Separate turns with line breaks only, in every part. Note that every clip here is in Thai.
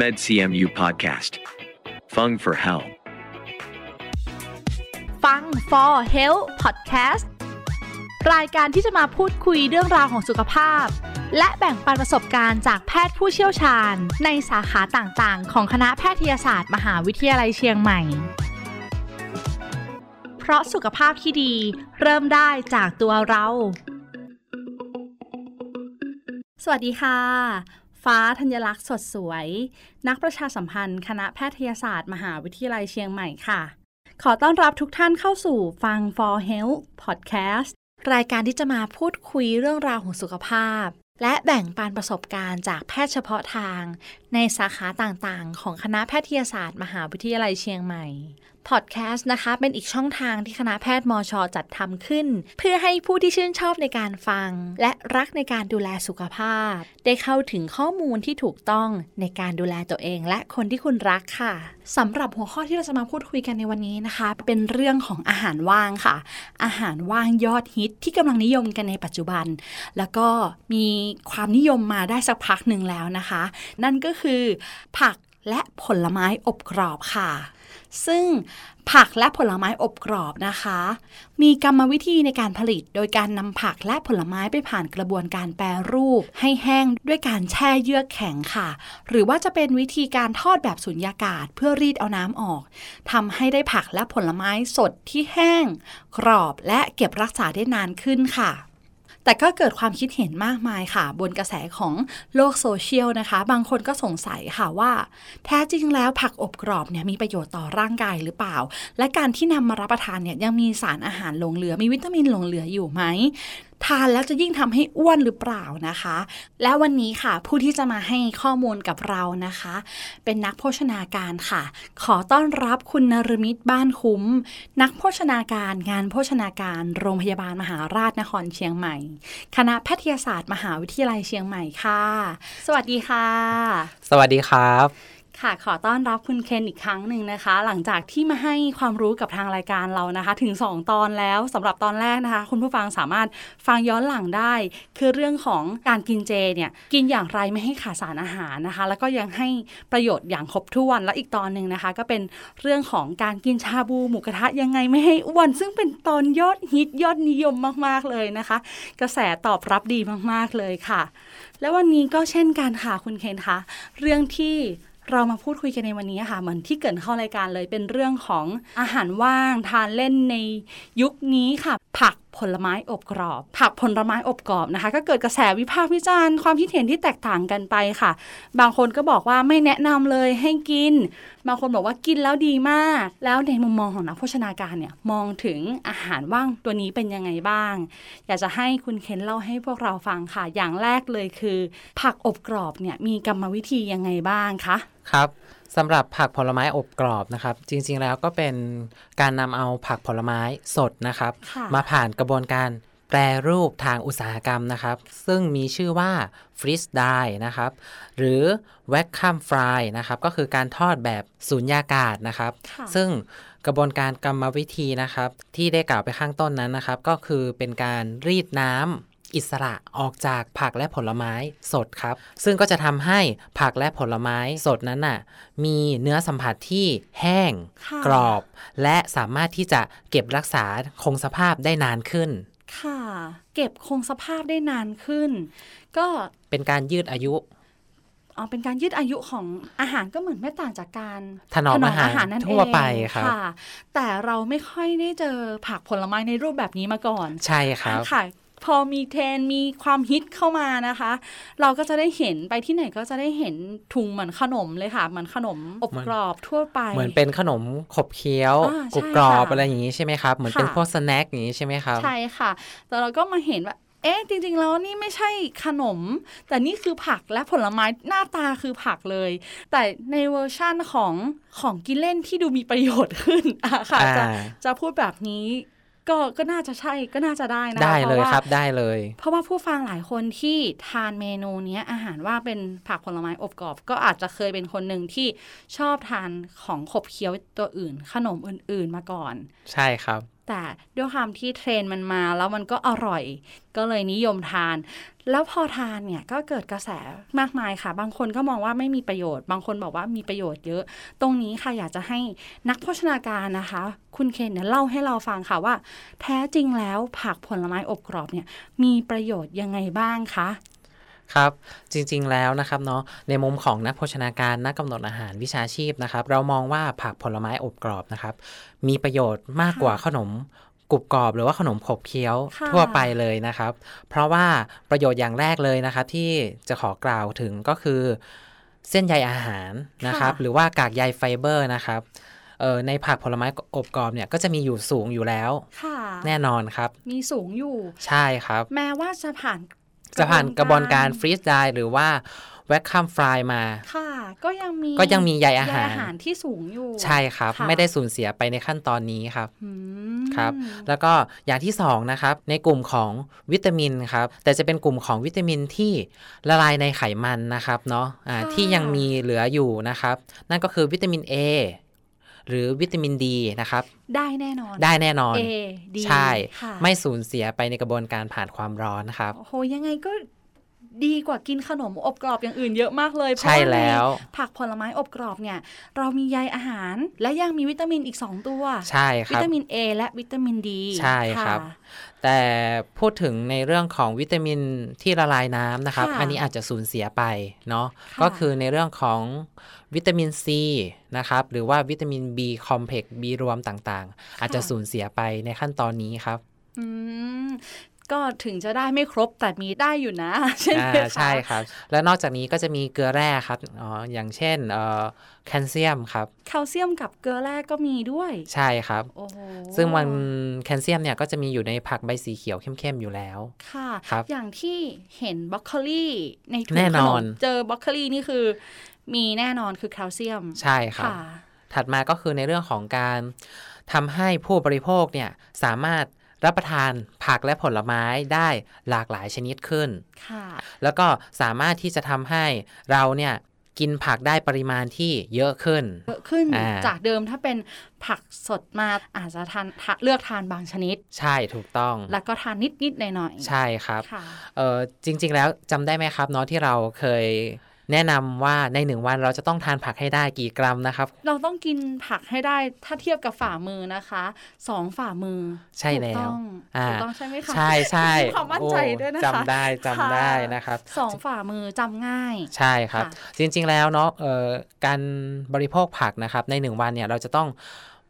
MedCMU Podcast. Fung for Health.
ฟัง for health podcast รายการที่จะมาพูดคุยเรื่องราวของสุขภาพ และแบ่งปันประสบการณ์จากแพทย์ผู้เชี่ยวชาญ ในสาขาต่างๆ ของคณะแพทยศาสตร์ มหาวิทยาลัยเชียงใหม่ เพราะสุขภาพที่ดีเริ่มได้จากตัวเรา สวัสดีค่ะ ฟ้าธัญลักษณ์สดสวย นักประชาสัมพันธ์คณะแพทยศาสตร์ มหาวิทยาลัยเชียงใหม่ค่ะ ขอต้อนรับทุกท่านเข้าสู่ฟัง For Health Podcast รายการที่จะมาพูดคุยเรื่องราวของสุขภาพ และแบ่งปันประสบการณ์จากแพทย์เฉพาะทาง ในสาขาต่างๆ ของคณะแพทยศาสตร์ มหาวิทยาลัยเชียงใหม่ พอดแคสต์นะคะ เป็นอีกช่องทางที่คณะแพทย์มอชอจัดทำขึ้น เพื่อให้ผู้ที่ชื่นชอบในการฟัง และรักในการดูแลสุขภาพ ได้เข้าถึงข้อมูลที่ถูกต้องในการดูแลตัวเอง และคนที่คุณรักค่ะสำหรับหัวข้อที่เราจะมาพูดคุยกันในวันนี้นะคะ เป็นเรื่องของอาหารว่างค่ะ อาหารว่างยอดฮิตที่กำลังนิยมกันในปัจจุบัน แล้วก็มีความนิยมมาได้สักพักหนึ่งแล้วนะคะ นั่นก็คือผักและผลไม้อบกรอบค่ะ ซึ่งผักและผลไม้อบกรอบนะคะ มีกรรมวิธีในการผลิต โดยการนำผักและผลไม้ไปผ่านกระบวนการแปรรูป ให้แห้งด้วยการแช่เยือกแข็งค่ะ หรือว่าจะเป็นวิธีการทอดแบบสุญญากาศ เพื่อรีดเอาน้ำออกทำให้ได้ผักและผลไม้สดที่แห้ง กรอบและเก็บรักษาได้นานขึ้นค่ะ แต่ก็เกิดความคิดเห็นมากมายค่ะ บนกระแสของโลกโซเชียลนะคะ บางคนก็สงสัยค่ะว่า แท้จริงแล้วผักอบกรอบเนี่ยมีประโยชน์ต่อร่างกายหรือเปล่า และการที่นำมารับประทานเนี่ยยังมีสารอาหารหลงเหลือ มีวิตามินหลงเหลืออยู่ไหม ทานแล้วจะยิ่งทำให้อ้วนหรือเปล่านะคะ และวันนี้ค่ะ ผู้ที่จะมาให้ข้อมูลกับเรานะคะ เป็นนักโภชนาการค่ะ ขอต้อนรับคุณนรมิตบ้านคุ้ม นักโภชนาการงานโภชนาการโรงพยาบาลมหาราชนครเชียงใหม่ คณะแพทยศาสตร์มหาวิทยาลัยเชียงใหม่ค่ะ สวัสดีค่ะ
สวัสดีครับ
ค่ะขอต้อนรับคุณเคนอีกครั้งหนึ่งนะคะ หลังจากที่มาให้ความรู้กับทางรายการเรานะคะ ถึง 2 ตอนแล้วสำหรับตอนแรกนะคะ คุณผู้ฟังสามารถฟังย้อนหลังได้ คือเรื่องของการกินเจเนี่ยกินอย่างไรไม่ให้ขาดสารอาหารนะคะ แล้วก็ยังให้ประโยชน์อย่างครบถ้วนและอีกตอนหนึ่งนะคะ ก็เป็นเรื่องของการกินชาบูหมูกระทะยังไงไม่ให้อ้วนซึ่งเป็นตอนยอดฮิตยอดนิยมมากๆเลยนะคะ กระแสตอบรับดีมากๆเลยค่ะ และวันนี้ก็เช่นกันค่ะคุณเคนคะเรื่องที่เรามาพูดคุยกันในวันนี้ค่ะเหมือนที่เกริดเข้ารายการเลยเป็นเรื่องของอาหารว่างทานเล่นในยุคนี้ค่ะ ผักผลไม้อบกรอบ ผักผลไม้อบกรอบนะคะ ก็เกิดกระแสวิพากษ์วิจารณ์ความคิดเห็นที่แตกต่างกันไปค่ะ บางคนก็บอกว่าไม่แนะนำเลยให้กิน บางคนบอกว่ากินแล้วดีมาก แล้วในมุมมองของนักโภชนาการเนี่ยมองถึงอาหารว่างตัวนี้เป็นยังไงบ้าง อยากจะให้คุณเคนเล่าให้พวกเราฟังค่ะ อย่างแรกเลยคือ ผักอบกรอบเนี่ยมีกรรมวิธียังไงบ้างคะ
ครับสำหรับผักผลไม้อบกรอบนะครับ จริงๆแล้วก็เป็นการนำเอาผักผลไม้สดนะครับ
ค่ะ
มาผ่านกระบวนการแปรรูปทางอุตสาหกรรมนะครับ ซึ่งมีชื่อว่าฟรีสไดนะครับ หรือแวกคัมฟรายนะครับ ก็คือการทอดแบบสูญญากาศนะครับ
ค่ะ
ซึ่งกระบวนการกรรมวิธีนะครับ ที่ได้กล่าวไปข้างต้นนั้นนะครับ ก็คือเป็นการรีดน้ำอิสระออกจากผักและผลไม้สดครับ ซึ่งก็จะทำให้ผักและผลไม้สดนั้นน่ะมีเนื้อสัมผัสที่แห้ง
ค่ะ
กรอบ และสามารถที่จะเก็บรักษาคงสภาพได้นานขึ้น
ค่ะ เก็บคงสภาพได้นานขึ้น ก็
เป็นการยืดอายุ
อ๋อเป็นการยืดอายุของอาหารก็เหมือนไม่ต่างจากการ
ถนอมอาหาร
นั่นเอง
ทั่วไปครับ
ค่ะ แต่เราไม่ค่อยได้เจอผักผลไม้ในรูปแบบนี้มาก่อน
ใช่ครับ
ค่ะ พอมีเทรนด์มีความฮิตเข้ามานะคะ เราก็จะได้เห็นไปที่ไหนก็จะได้เห็นถุงเหมือนขนมเลยค่ะเหมือนขนมอบ
เหมือน
กรอบทั่วไป
เหมือนเป็นขนมขบเคี้ยว
อ่าใช่
กรุบกรอบ
ค่ะ
อะไรอย่างนี้ใช่ไหมครับเหมือนเป็น
ค่ะ
พวกสแน็คอย่างนี้ใช่ไหมครับ
ใช่ค่ะ แต่เราก็มาเห็นว่า เอ๊ะ จริงๆ แล้วนี่ไม่ใช่ขนม แต่นี่คือผักและผลไม้หน้าตาคือผักเลย แต่ในเวอร์ชั่นของของกินเล่นที่ดูมีประโยชน์ขึ้นอ่ะค่ะจะ
อ่า
จะพูดแบบนี้ ก็ก็น่าจะใช่ก็น่าจะได้นะคะ
ได้เลย
พาะว่า
ครับได้เลย
เพราะว่าผู้ฟังหลายคนที่ทานเมนูเนี้ยอาหารว่าเป็นผักผลไม้อบกรอบ ก็อาจจะเคยเป็นคนหนึ่งที่ชอบทานของขบเคี้ยวตัวอื่น ขนมอื่นๆมาก่อน
ใช่ครับ
แต่ด้วยความที่เทรนด์มันมาแล้วมันก็อร่อย ก็เลยนิยมทาน แล้วพอทานเนี่ยก็เกิดกระแสมากมายค่ะ บางคนก็มองว่าไม่มีประโยชน์ บางคนบอกว่ามีประโยชน์เยอะ ตรงนี้ค่ะอยากจะให้นักโภชนาการนะคะ คุณเคนเนี่ยเล่าให้เราฟังค่ะว่า แท้จริงแล้วผักผลไม้อบกรอบเนี่ยมีประโยชน์ยังไงบ้างคะ
ครับจริงๆแล้วนะครับเนาะในมุมของนักโภชนาการนักกำหนดอาหารวิชาชีพนะครับ เรามองว่าผักผลไม้อบกรอบนะครับ มีประโยชน์มากกว่า
ค่ะ
ขนมกรุบกรอบ หรือว่าขนมขบเคี้ยว
ค่ะ
ทั่วไปเลยนะครับ เพราะว่าประโยชน์อย่างแรกเลยนะครับ ที่จะขอกล่าวถึงก็คือเส้นใยอาหารนะครับ หรือว่ากากใยไฟเบอร์นะครับเอ่อในผักผลไม้อบกรอบเนี่ยก็จะมีอยู่สูงอยู่แล้ว
ค่ะ
แน่นอนครับ
มีสูงอยู่
ใช่ครับ
แม้ว่าจะผ่าน
จะผ่านกระบวนการฟรีซไดหรือว่าแวคคัมฟรายมา
ค่ะ ก็ยังมี
ก็ยังมีใยอาหาร
ที่สูงอยู่
ใช่ครับ
ค่ะ
ไม่ได้สูญเสียไปในขั้นตอนนี้ครับ
อืม
ครับ แล้วก็อย่างที่ 2 นะครับ ในกลุ่มของวิตามินครับ แต่จะเป็นกลุ่มของวิตามินที่ละลายในไขมันนะครับเนาะอ่า
ค่ะ
ที่ยังมีเหลืออยู่นะครับ นั่นก็คือวิตามิน A หรือวิตามินดีนะครับ
ได้แน่นอน
ได้แน่นอน
A ดี
ใช่
ค่ะ
ไม่สูญเสียไปในกระบวนการผ่านความร้อนครับ
โอ้โหยังไงก็ดีกว่ากินขนมอบกรอบอย่างอื่นเยอะมากเลยเพ
ใช่
ราะาใน
แล้ว
ผักผลไม้อบกรอบเนี่ย เรามีใยอาหาร และยังมีวิตามินอีก 2 ตัว
ใช่ค
วิ
รับ
ตามิน A และวิตามินดี
ใช่ครับ แต่พูดถึงในเรื่องของวิตามินที่ละลายน้ำนะครับ
ค่ะ
อันนี้อาจจะสูญเสียไปเนาะ
ะ
ก็คือในเรื่องของวิตามินซีนะครับ หรือว่าวิตามิน B คอมเพล็กซ์ B รวมต่างๆ อาจจะสูญเสียไปในขั้นตอนนี้ครับ
อืมก็ถึงจะได้ไม่ครบแต่มีได้อยู่นะ ใช่ไหม
อ่า
คะ
ใช่ครับ และนอกจากนี้ก็จะมีเกลือแร่ครับอ๋ออย่างเช่นเอ่อแคลเซียมครับ
แคลเซียมกับเกลือแร่ก็มีด้วย
ใช่ครับ
โอ้โห
ซึ่งมันแคลเซียมเนี่ยก็จะมีอยู่ในผักใบสีเขียวเข้มๆอยู่แล้ว
ค่ะ
ครับ
อย่างที่เห็นบรอกโคลีในถุง
แน่นอน
ขมเจอบรอกโคลีนี่คือ มีแน่นอนคือแคลเซียม
ใช่ครับ
ค่ะ
ถัดมาก็คือในเรื่องของการทำให้ผู้บริโภคเนี่ยสามารถรับประทานผักและผลไม้ได้หลากหลายชนิดขึ้น
ค่ะ
แล้วก็สามารถที่จะทำให้เราเนี่ยกินผักได้ปริมาณที่เยอะขึ้น
เยอะขึ้น
อ่า
จากเดิมถ้าเป็นผักสดมาอาจจะทานทะเลือกทานบางชนิด
ใช่ถูกต้อง
แล้วก็ทานนิดๆหน่อยๆ
ใช่ครับ
ค่ะ
เออจริง ๆ แล้วจำได้ไหมครับเนาะที่เราเคยแนะนำว่าในหนึ่งวันเราจะต้องทานผักให้ได้กี่กรัมนะครับ
เราต้องกินผักให้ได้ถ้าเทียบกับฝ่ามือนะคะสองฝ่ามือ
ใช่แล้ว
ถูกต้อง
อ่า
ถูกต้องใช่ไหมคะ
ใช่ใช่
มีความมั่นใจ
โอ้
ด้วยนะคะ
จำได้จำได้นะครับ
สองฝ่ามือจำง่าย
ใช่ครับ
ค่ะ
จริงๆแล้วเนาะเอ่อการบริโภคผักนะครับ ใน 1 วันเนี่ยเราจะต้อง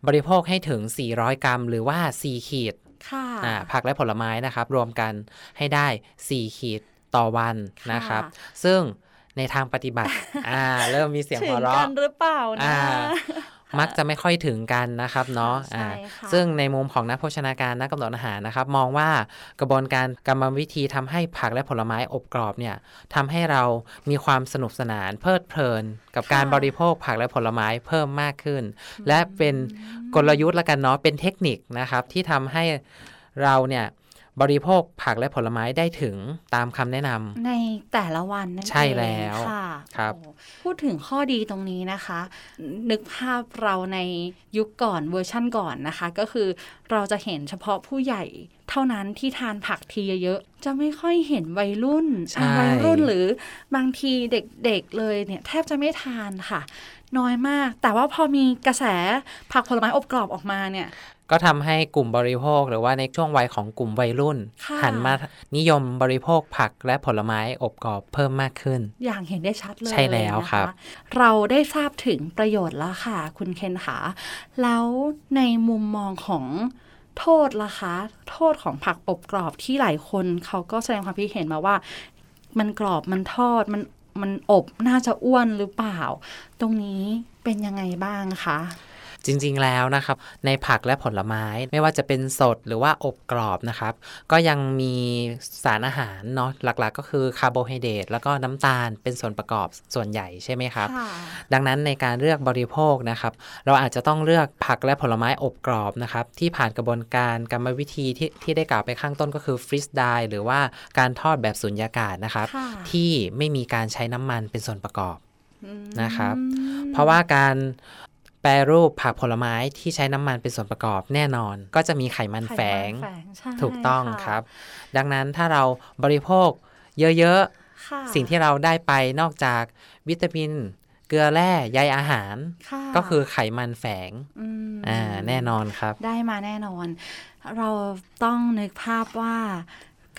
บริโภคให้ถึง 400 กรัม หรือว่า 4 ขีด
ค่ะ
อ่าผักและผลไม้นะครับ รวมกันให้ได้ 4 ขีดต่อวันนะครับ ซึ่งในทางปฏิบัติ อ่าเริ่มมีเสียง
ถึ
หัว
งกั
เราะ
นหรือเปล่านะ
อ่า มักจะไม่ค่อยถึงกันนะครับเนาะ
ค่ะ
อ่า
ใช่ค่ะ
ซึ่งในมุมของนักโภชนาการนักกำหนดอาหารนะครับ มองว่ากระบวนการกรรมวิธีทำให้ผักและผลไม้อบกรอบเนี่ยทำให้เรามีความสนุกสนานเพลิดเพลิน กับการบริโภคผักและผลไม้เพิ่มมากขึ้น และเป็นกลยุทธ์ละกันเนาะเป็นเทคนิคนะครับ ที่ทำให้เราเนี่ยบริโภคผักและผลไม้ได้ถึงตามคำแนะนำ
ในแต่ละวันนั่นเอง
ใช่แล้ว
ค่ะ
ครับ
โอ้พูดถึงข้อดีตรงนี้นะคะ นึกภาพเราในยุคก่อนเวอร์ชั่นก่อนนะคะ ก็คือเราจะเห็นเฉพาะผู้ใหญ่เท่านั้นที่ทานผักทีเยอะๆจะไม่ค่อยเห็นวัยรุ่น
ใช่
อ่ะวัยรุ่นหรือบางทีเด็กๆเลยเนี่ยแทบจะไม่ทานค่ะ น้อยมาก แต่ว่าพอมีกระแสผักผลไม้อบกรอบออกมาเนี่ย
ก็ทำให้กลุ่มบริโภคหรือว่าในช่วงวัยของกลุ่มวัยรุ่น
ค่ะ
หันมานิยมบริโภคผักและผลไม้อบกรอบเพิ่มมากขึ้น
อย่างเห็นได้ชัดเลย
ใช่แล้ว
นะคะ
ครับ
เราได้ทราบถึงประโยชน์แล้วค่ะ คุณเคนค่ะแล้วในมุมมองของโทษล่ะคะ โทษของผักอบกรอบที่หลายคนเขาก็แสดงความคิดเห็นมาว่า มันกรอบมันทอดมันมันอบน่าจะอ้วนหรือเปล่า ตรงนี้เป็นยังไงบ้างคะ
จริงๆแล้วนะครับ ในผักและผลไม้ไม่ว่าจะเป็นสดหรือว่าอบกรอบนะครับ ก็ยังมีสารอาหารเนาะหลักๆ ก็คือคาร์โบไฮเดรตแล้วก็น้ำตาลเป็นส่วนประกอบส่วนใหญ่ใช่ไหมครับ ดังนั้นในการเลือกบริโภคนะครับ เราอาจจะต้องเลือกผักและผลไม้อบกรอบนะครับ ที่ผ่านกระบวนการกรรมวิธีที่ที่ได้กล่าวไปข้างต้นก็คือฟรีสไดหรือว่าการทอดแบบสุญญากาศนะครับ
ค่ะ
ที่ไม่มีการใช้น้ำมันเป็นส่วนประกอบ นะครับ
อืม
เพราะว่าการไป แปรรูปผักผลไม้ที่ใช้น้ำมันเป็นส่วนประกอบแน่นอน ก็จะมีไขมันแฝง
ไขมันใช่
ถูกต้อง
ะ
ครับ ดังนั้นถ้าเราบริโภคเยอะ
ค่ะ
ๆ สิ่งที่เราได้ไปนอกจากวิตามิน เกลือแร่ใยอาหาร
ะ
ก็คือไขมันแฝง
ม
อ่า แน่นอนครับ
ได้มาแน่นอน เราต้องนึกภาพว่า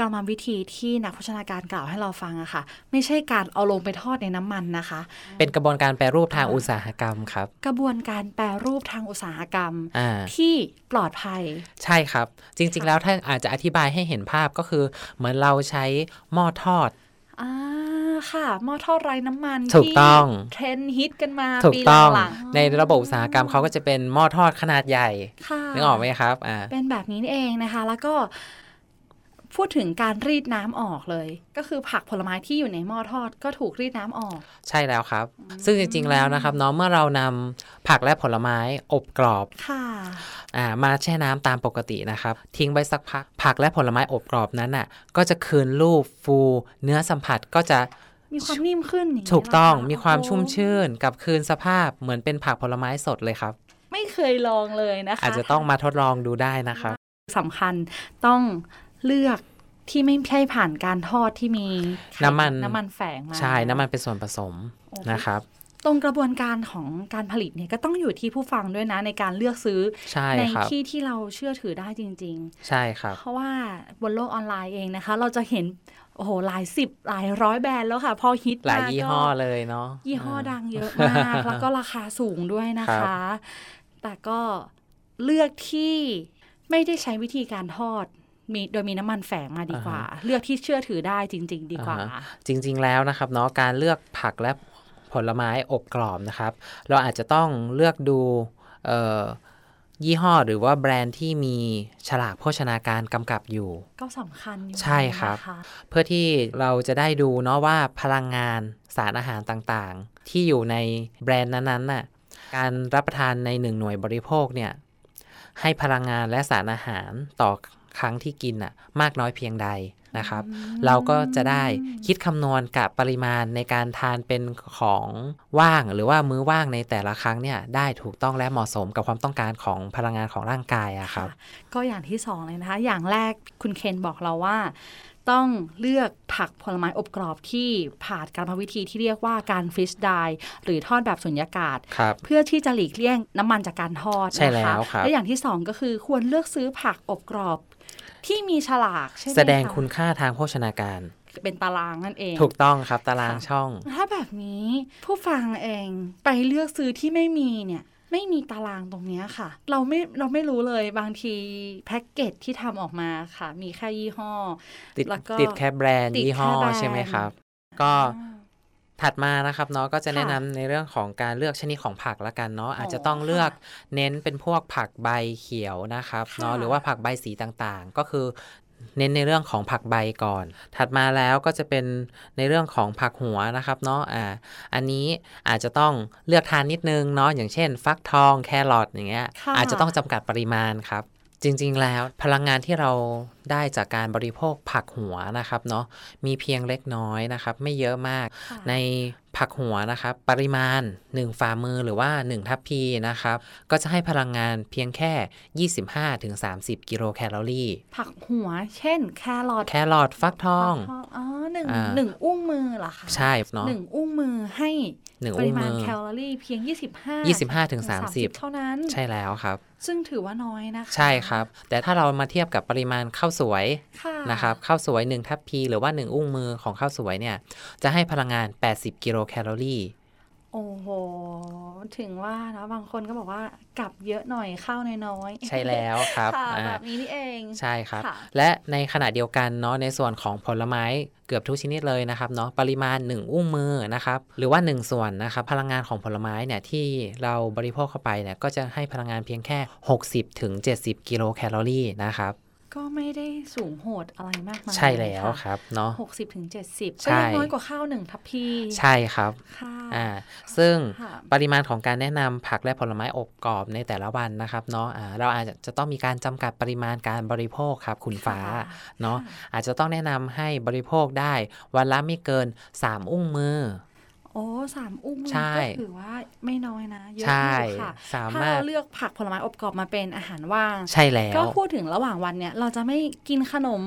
กรรมวิธีที่นักโภชนาการกล่าวให้เราฟังอะค่ะ ไม่ใช่การเอาลงไปทอดในน้ำมันนะคะ
เป็นกระบวนการแปรรูปทางอุตสาหกรรมครับ
กระบวนการแปรรูปทางอุตสาหกรรม
อ่า
ที่ปลอดภัย
ใช่ครับ จริง ๆ แล้วถ้าอาจจะอธิบายให้เห็นภาพก็คือ เหมือนเราใช้หม้อทอด
อ่าค่ะหม้อทอดไร้น้ำมัน
ถูกต้อง
ที่เทรนด์ฮิตกันมา
ถูก
ปี
ต้อง
หลังๆ
ในระบบอุตสาหกรรมเขาก็จะเป็นหม้อทอดขนาดใหญ่
ค่ะ
นึกออกไหมครับ อ่า
เป็นแบบนี้นี่เองนะคะ แล้วก็พูดถึงการรีดน้ำออกเลย ก็คือผักผลไม้ที่อยู่ในหม้อทอดก็ถูกรีดน้ำออก
ใช่แล้วครับ ซึ่งจริง ๆ แล้วนะครับเนาะเมื่อเรานำผักและผลไม้อบกรอบ
ค่ะ
อ่ามาแช่น้ำตามปกตินะครับ ทิ้งไว้สักพัก ผักและผลไม้อบกรอบนั้นน่ะก็จะคืนรูปฟูเนื้อสัมผัสก็จะ
มีความนิ่มขึ้นย่านี้
ถูกต้อง
เหรคะ
มีความ
โอ้โห
ชุ่มชื่นกลับคืนสภาพเหมือนเป็นผักผลไม้สดเลยครับ
ไม่เคยลองเลยนะคะ
อาจจะต้องมาทดลองดูได้นะครับ
สำคัญต้องเลือกที่ไม่ใช่ผ่านการทอดที่มีไข
น้ำมัน
น้ำมันแฝงมา
ใช่น้ำมันเป็นส่วนผสม
โอ้โห
นะครับ
ตรงกระบวนการของการผลิตเนี่ยก็ต้องอยู่ที่ผู้ฟังด้วยนะ ในการเลือกซื้อ
ใช่
ใน
ครับ
ที่ที่เราเชื่อถือได้จริง
ใช่ครับ
ๆ เพราะว่าบนโลกออนไลน์เองนะคะ เราจะเห็นโอ้โหหลายสิบหลายร้อยแบรนด์แล้วค่ะ พอฮิต
หลาย
ม
ยี่
ก็
ห้อเลยเนาะ
ยี่ห้อดั
า
งเยอะมาก แล้วก็ราคาสูงด้วยนะ
ครั
คะ
บ
แต่ก็เลือกที่ไม่ได้ใช้วิธีการทอดมีโดยมีน้ำมันแฝงมาดีกว่า เลือกที่เชื่อถือได้จริง ๆ ดีกว่า
อ่าฮะจริงๆแล้วนะครับเนาะการเลือกผักและผลไม้อบกรอบนะครับ เราอาจจะต้องเลือกดูเอ่อยี่ห้อหรือว่าแบรนด์ที่มีฉลากโภชนาการกำกับอยู่
ก็สำคัญอยู่
ใช่ครับ
นะะ
เพื่อที่เราจะได้ดูเนาะว่าพลังงานสารอาหารต่างๆ ที่อยู่ในแบรนด์นั้นๆน่ะการรับประทานในหนึ่งหน่วยบริโภคเนี่ยให้พลังงานและสารอาหารต่อครั้งที่กินน่ะมากน้อยเพียงใดนะครับ เราก็จะได้คิดคำนวณกับปริมาณในการทานเป็นของว่างหรือว่ามื้อว่างในแต่ละครั้งเนี่ยได้ถูกต้องและเหมาะสมกับความต้องการของพลังงานของร่างกายอะครับ
ก็อย่างที่สองเลยนะคะ อย่างแรกคุณเคนบอกเราว่า ต้องเลือกผักผลไม้อบกรอบที่ผ่านกรรมวิธีที่เรียกว่าการฟิชไดหรือทอดแบบสุญญากาศ
ครับ
เพื่อที่จะหลีกเลี่ยงน้ำมันจากการทอด
ใช่
นะ
แล้
คะ
วครับ
และอย่างที่สองก็คือควรเลือกซื้อผักอบกรอบ ที่มีฉลากใช่ไหมะ
แสดงคุณค่าทางโภชนาการ
เป็นตารางนั่นเอง
ถูกต้องครับตาราง
ค่ะ
ช่อง
ถ้าแบบนี้ผู้ฟังเองไปเลือกซื้อที่ไม่มีเนี่ย ไม่มีตารางตรงเนี้ยค่ะ เราไม่เราไม่รู้เลยบางทีแพ็กเกจที่ทำออกมาค่ะ มีแค่ยี่ห้อ
ติด
แล้วก็
ติดแค่แบรนด์
ติด
ยี่ห้อ
แค่แบรนด์
ใช่ไหมครับ ก็
อ่า
ถัดมานะครับเนาะก็จะ
ค่ะ
แนะนำในเรื่องของการเลือกชนิดของผักละกันเนาะอาจจะต้อง
ค่ะ
เลือกเน้นเป็นพวกผักใบเขียวนะครับเนาะ
ค่ะ
หรือว่าผักใบสีต่างๆ ก็คือเน้นในเรื่องของผักใบก่อน ถัดมาแล้วก็จะเป็นในเรื่องของผักหัวนะครับเนาะอ่าอันนี้อาจจะต้องเลือกทานนิดนึงเนาะอย่างเช่น ฟักทองแครอทอย่างเงี้ย
ค่ะ
อาจจะต้องจำกัดปริมาณครับ จริงๆ แล้วพลังงานที่เราได้จากการบริโภคผักหัวนะครับเนาะมีเพียงเล็กน้อยนะครับ ไม่เยอะมาก
ค่ะ
ในผักหัวนะครับ ปริมาณ 1 ฝ่ามือหรือว่า 1 ทัพพีนะครับ ก็จะให้พลังงานเพียงแค่ 25-30 กิโลแคลอรี่
ผักหัว เช่น แครอท
แครอทฟักทอง
ฟักทองอ๋อหนึ่ง
อ่า
หนึ่งอุ้งมือเหรอคะ
ใช่เนาะ
หนึ่งอุ้งมือให้
หนึ่ง
ป
อุ้
ริ
ง
มา
มื
ณ
อ
แคลอรี่เพียง 25
25-30
เท่านั้น
ใช่แล้วครับ
ซึ่งถือว่าน้อยนะคะ
ใช่ครับ แต่ถ้าเรามาเทียบกับปริมาณข้าวสวย
ค่ะ
นะครับข้าวสวย 1 ทัพพีหรือว่า 1 อุ้งมือของข้าวสวยเนี่ย จะให้พลังงาน 80 กิโลแคลอรี่
โอ้โห ถึงว่านะบางคนก็บอกว่ากลับเยอะหน่อยข้าวน้อยๆ
ใช่แล้วครับ
ค่ะ
อ่า
แบบนี้นี่เอง
ใช่ครับ
ค่ะ
และในขณะเดียวกันเนาะในส่วนของผลไม้เกือบทุกชนิดเลยนะครับเนาะปริมาณ 1 อุ้งมือนะครับหรือว่า 1 ส่วนนะครับพลังงานของผลไม้เนี่ยที่เราบริโภคเข้าไปเนี่ยก็จะให้พลังงานเพียงแค่ 60ถึง70 กิโลแคลอรี่นะครับ
ก็ไม่ได้สูงโหดอะไรมากมาย
ใช่แล้ว
ะ
ครับเนาะ
หกสิบถึงเจ็ดสิบก็
ใช่
ยังน้อยกว่าข้าวหนึ่งทัพพี
ใช่ครับ
ค่ะ
อ่าซึ่ง
ค่ะ
ปริมาณของการแนะนำผักและผลไม้อบกรอบในแต่ละวันนะครับเนาะอ่าเราอาจจะต้องมีการจำกัดปริมาณการบริโภคครับคุณฟ้า
ค่ะ
เนาะ
ค่
อาจจะต้องแนะนำให้บริโภคได้วันละไม่เกิน 3 อุ้งมือ
โ อ้สามอุ้ม
ใช่
ก็ถือว่าไม่น้อยนะเยอะ
ใช่
อยู่ค่ะ
สา
ถ้าม
ารถ
เราเลือกผักผลไม้อบกรอบมาเป็นอาหารว่าง
ใช่แล้ว
ก็พูดถึงระหว่างวันเนี่ย เราจะไม่กินขนม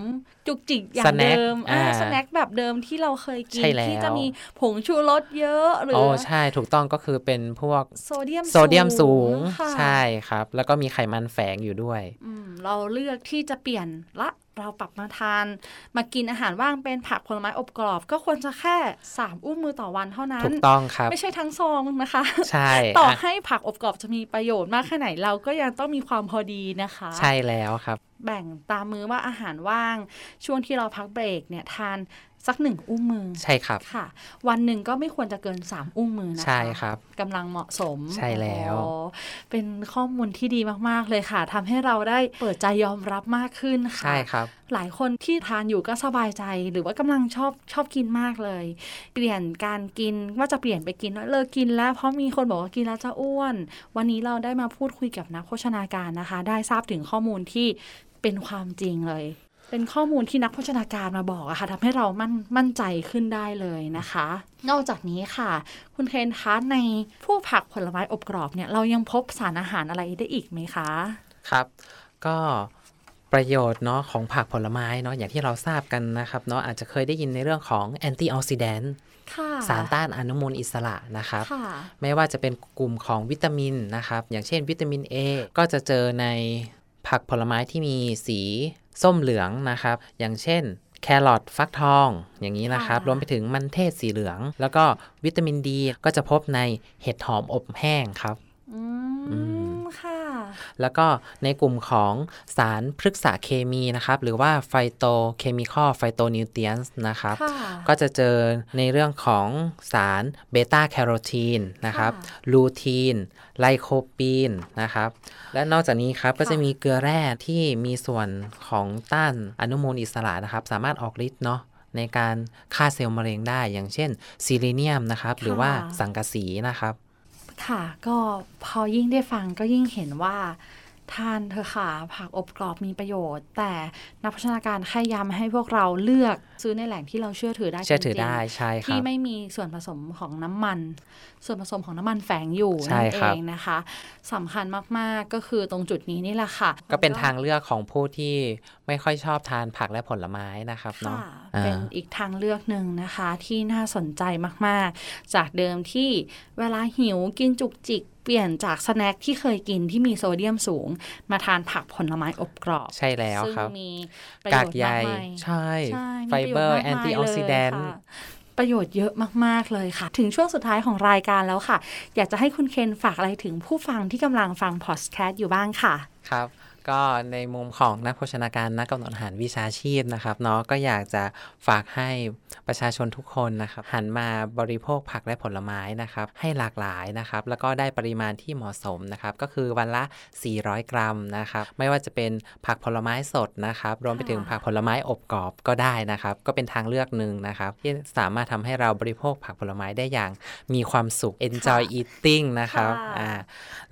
จุกจิกอย่า
ส
ง
แน็ค
เดิมอ่า
อ่า
สแน็คแบบเดิมที่เราเคยกิน
ใช่แล้ว
ที่จะมีผงชูรสเยอะหรือ
โอ้ใช่ถูกต้องก็คือเป็นพวก
โซเดียม
โซเดียมสูง
ค่ะ
ใช่ครับ แล้วก็มีไขมันแฝงอยู่ด้วย
อืมเราเลือกที่จะเปลี่ยนละเราปรับมาทาน มากินอาหารว่างเป็นผักผลไม้อบกรอบ ก็ควรจะแค่สามอุ้มมือต่อวันเท่านั้
ถู
น
กต้องครับ
ไม่ใช่ทั้งซองนะคะ
ใช่
ต่อ
อ่ะ
ให้ผักอบกรอบจะมีประโยชน์มากแค่ไหนเราก็ยังต้องมีความพอดีนะคะ
ใช่แล้วครับ
แบ่งตามมื้อว่าอาหารว่าง ช่วงที่เราพักเบรกเนี่ยทานสักหนึ่งอุ้มมือ
ใช่ครับ
ค่ะ วันหนึ่งก็ไม่ควรจะเกิน 3 อุ้มมือนะคะ
ใช่ครับ
กำลังเหมาะสม
ใช่แล้ว
โอ้โหเป็นข้อมูลที่ดีมากๆเลยค่ะทำให้เราได้เปิดใจยอมรับมากขึ้นค่ะ
ใช่ครับ
หลายคนที่ทานอยู่ก็สบายใจหรือว่ากำลังชอบชอบกินมากเลย เปลี่ยนการกินว่าจะเปลี่ยนไปกินว่าเลิกกินแล้วเพราะมีคนบอกว่ากินแล้วจะอ้วน วันนี้เราได้มาพูดคุยกับนักโภชนาการนะคะ ได้ทราบถึงข้อมูลที่เป็นความจริงเลย เป็นข้อมูลที่นักโภชนาการมาบอกอะค่ะทำให้เรามั่นมั่นใจขึ้นได้เลยนะคะ นอกจากนี้ค่ะ คุณเคนคะในพวกผักผลไม้อบกรอบเนี่ยเรายังพบสารอาหารอะไรได้อีกไหมคะ
ครับ ก็ประโยชน์เนาะของผักผลไม้เนาะอย่างที่เราทราบกันนะครับเนาะอาจจะเคยได้ยินในเรื่องของแอนตี้ออกซิแดนต์
ค่ะ
สารต้านอนุมูลอิสระนะครับ
ค่ะ
ไม่ว่าจะเป็นกลุ่มของวิตามินนะครับ อย่างเช่นวิตามิน A ก็จะเจอในผักผลไม้ที่มีสีส้มเหลืองนะครับ อย่างเช่นแครอทฟักทองอย่างนี้นะครับ
ค่ะ
รวมไปถึงมันเทศสีเหลือง แล้วก็วิตามินดีก็จะพบในเห็ดหอมอบแห้งครับ
อื
อื
ม
ม
ค่ะ
แล้วก็ในกลุ่มของสารพฤกษาเคมีนะครับ หรือว่าไฟโตเคมีคอลไฟโตนิวเทียนส์นะครับ
ค่ะ
ก็จะเจอในเรื่องของสารเบต้าแคโรทีนนะครับ
ค่ะ
ลูทีน ไลโคปีนนะครับ และนอกจากนี้ครับก็จะมีเกลือแร่ที่มีส่วนของต้านอนุมูลอิสระนะครับ สามารถออกฤทธิ์เนาะในการฆ่าเซลล์มะเร็งได้ อย่างเช่นซิลิเนียมนะครับ หรือว่า
ค่ะ
สังกะสีนะครับ
ค่ะ ก็พอยิ่งได้ฟังก็ยิ่งเห็นว่า ทานเธอะค่ะ ผักอบกรอบมีประโยชน์ แต่นักพัฒนาการแค่ย้ำให้พวกเราเลือกซื้อในแหล่งที่เราเชื่อถือได้
เชื่อถือ
จริงๆ
ได้ใช่ครั
ที่
บ
ไม่มีส่วนผสมของน้ำมัน ส่วนผสมของน้ำมันแฝงอยู่
ใช่
นั่นเอ
ครับ
งนะคะสำคัญมากๆก็คือตรงจุดนี้นี่แหละค่ะ
ก็เป็นทางเลือกของผู้ที่ไม่ค่อยชอบทานผักและผลไม้นะครับ
ค่ะ
เนาะอ่า
เป็นอีกทางเลือกหนึ่งนะคะ ที่น่าสนใจมากๆ จากเดิมที่เวลาหิวกินจุกจิก เปลี่ยนจากสแน็คที่เคยกินที่มีโซเดียมสูง มาทานผักผลไม้อบกรอบ
ใช่แล้ว
ซึ่ง
ครับ
มีประ
กา
โย
ก
ชน์
ใย
มากมาย
ใช่ไฟ
ใช่มี
เบอร์
ปะ
แอ
โยช
น
มากมาย
ตี้ออกซิแดนต์
เลยค่ะประโยชน์เยอะมาก ๆ เลยค่ะ ถึงช่วงสุดท้ายของรายการแล้วค่ะ อยากจะให้คุณเคนฝากอะไรถึงผู้ฟังที่กำลังฟังพอดแคสต์อยู่บ้างค่ะ
ครับ ก็ในมุมของนักโภชนาการนักกำหนดอาหารวิชาชีพนะครับเนาะก็อยากจะฝากให้ประชาชนทุกคนนะครับ หันมาบริโภคผักและผลไม้นะครับ ให้หลากหลายนะครับ แล้วก็ได้ปริมาณที่เหมาะสมนะครับ ก็คือวันละ 400 กรัมนะครับ ไม่ว่าจะเป็นผักผลไม้สดนะครับ รวมไปถึง
ค่ะ
ผักผลไม้อบกรอบก็ได้นะครับ ก็เป็นทางเลือกหนึ่งนะครับ ที่สามารถทำให้เราบริโภคผักผลไม้ได้อย่างมีความสุข enjoy
ค่ะ
eating นะครับ
ค่ะ
อ่า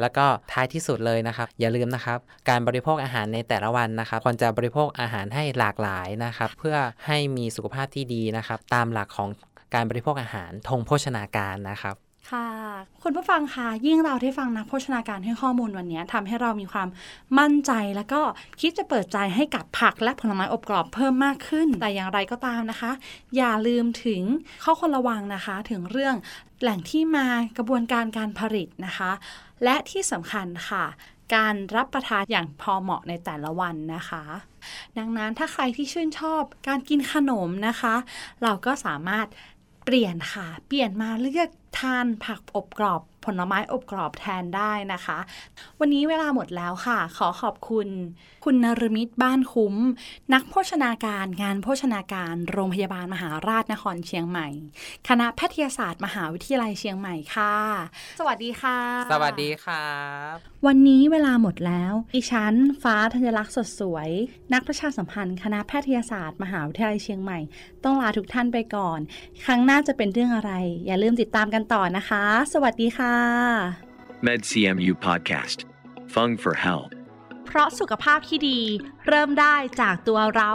แล้วก็ท้ายที่สุดเลยนะครับ อย่าลืมนะครับ การบริโภคอาหารในแต่ละวันนะครับควรจะบริโภคอาหารให้หลากหลายนะครับ เพื่อให้มีสุขภาพที่ดีนะครับ ตามหลักของการบริโภคอาหารธงโภชนาการนะครับ
ค่ะ คุณผู้ฟังคะยิ่งเราได้ฟังนักโภชนาการให้ข้อมูลวันนี้ทำให้เรามีความมั่นใจ แล้วก็คิดจะเปิดใจให้กับผักและผลไม้อบกรอบเพิ่มมากขึ้น แต่อย่างไรก็ตามนะคะ อย่าลืมถึงข้อควรระวังนะคะ ถึงเรื่องแหล่งที่มากระบวนการการผลิตนะคะ และที่สำคัญค่ะ การรับประทานอย่างพอเหมาะในแต่ละวันนะคะ ดังนั้นถ้าใครที่ชื่นชอบการกินขนมนะคะ เราก็สามารถเปลี่ยนค่ะ เปลี่ยนมาเลือกทานผักอบกรอบผลไม้อบกรอบแทนได้นะคะ วันนี้เวลาหมดแล้วค่ะ ขอขอบคุณ คุณนรมิตบ้านคุ้ม นักโภชนาการงานโภชนาการโรงพยาบาลมหาราชนครเชียงใหม่ คณะแพทยศาสตร์มหาวิทยาลัยเชียงใหม่ค่ะ สวัสดีค่ะ
สวัสดีครับ
วันนี้เวลาหมดแล้ว ดิฉัน ฟ้าธัญลักษณ์สดสวย นักประชาสัมพันธ์ คณะแพทยศาสตร์ มหาวิทยาลัยเชียงใหม่ ต้องลาทุกท่านไปก่อน ครั้งหน้าจะเป็นเรื่องอะไร อย่าลืมติดตามกันต่อนะคะ สวัสดีค่ะ
MedCMU Podcast. Fung for Health.
เพราะสุขภาพที่ดี เริ่มได้จากตัวเรา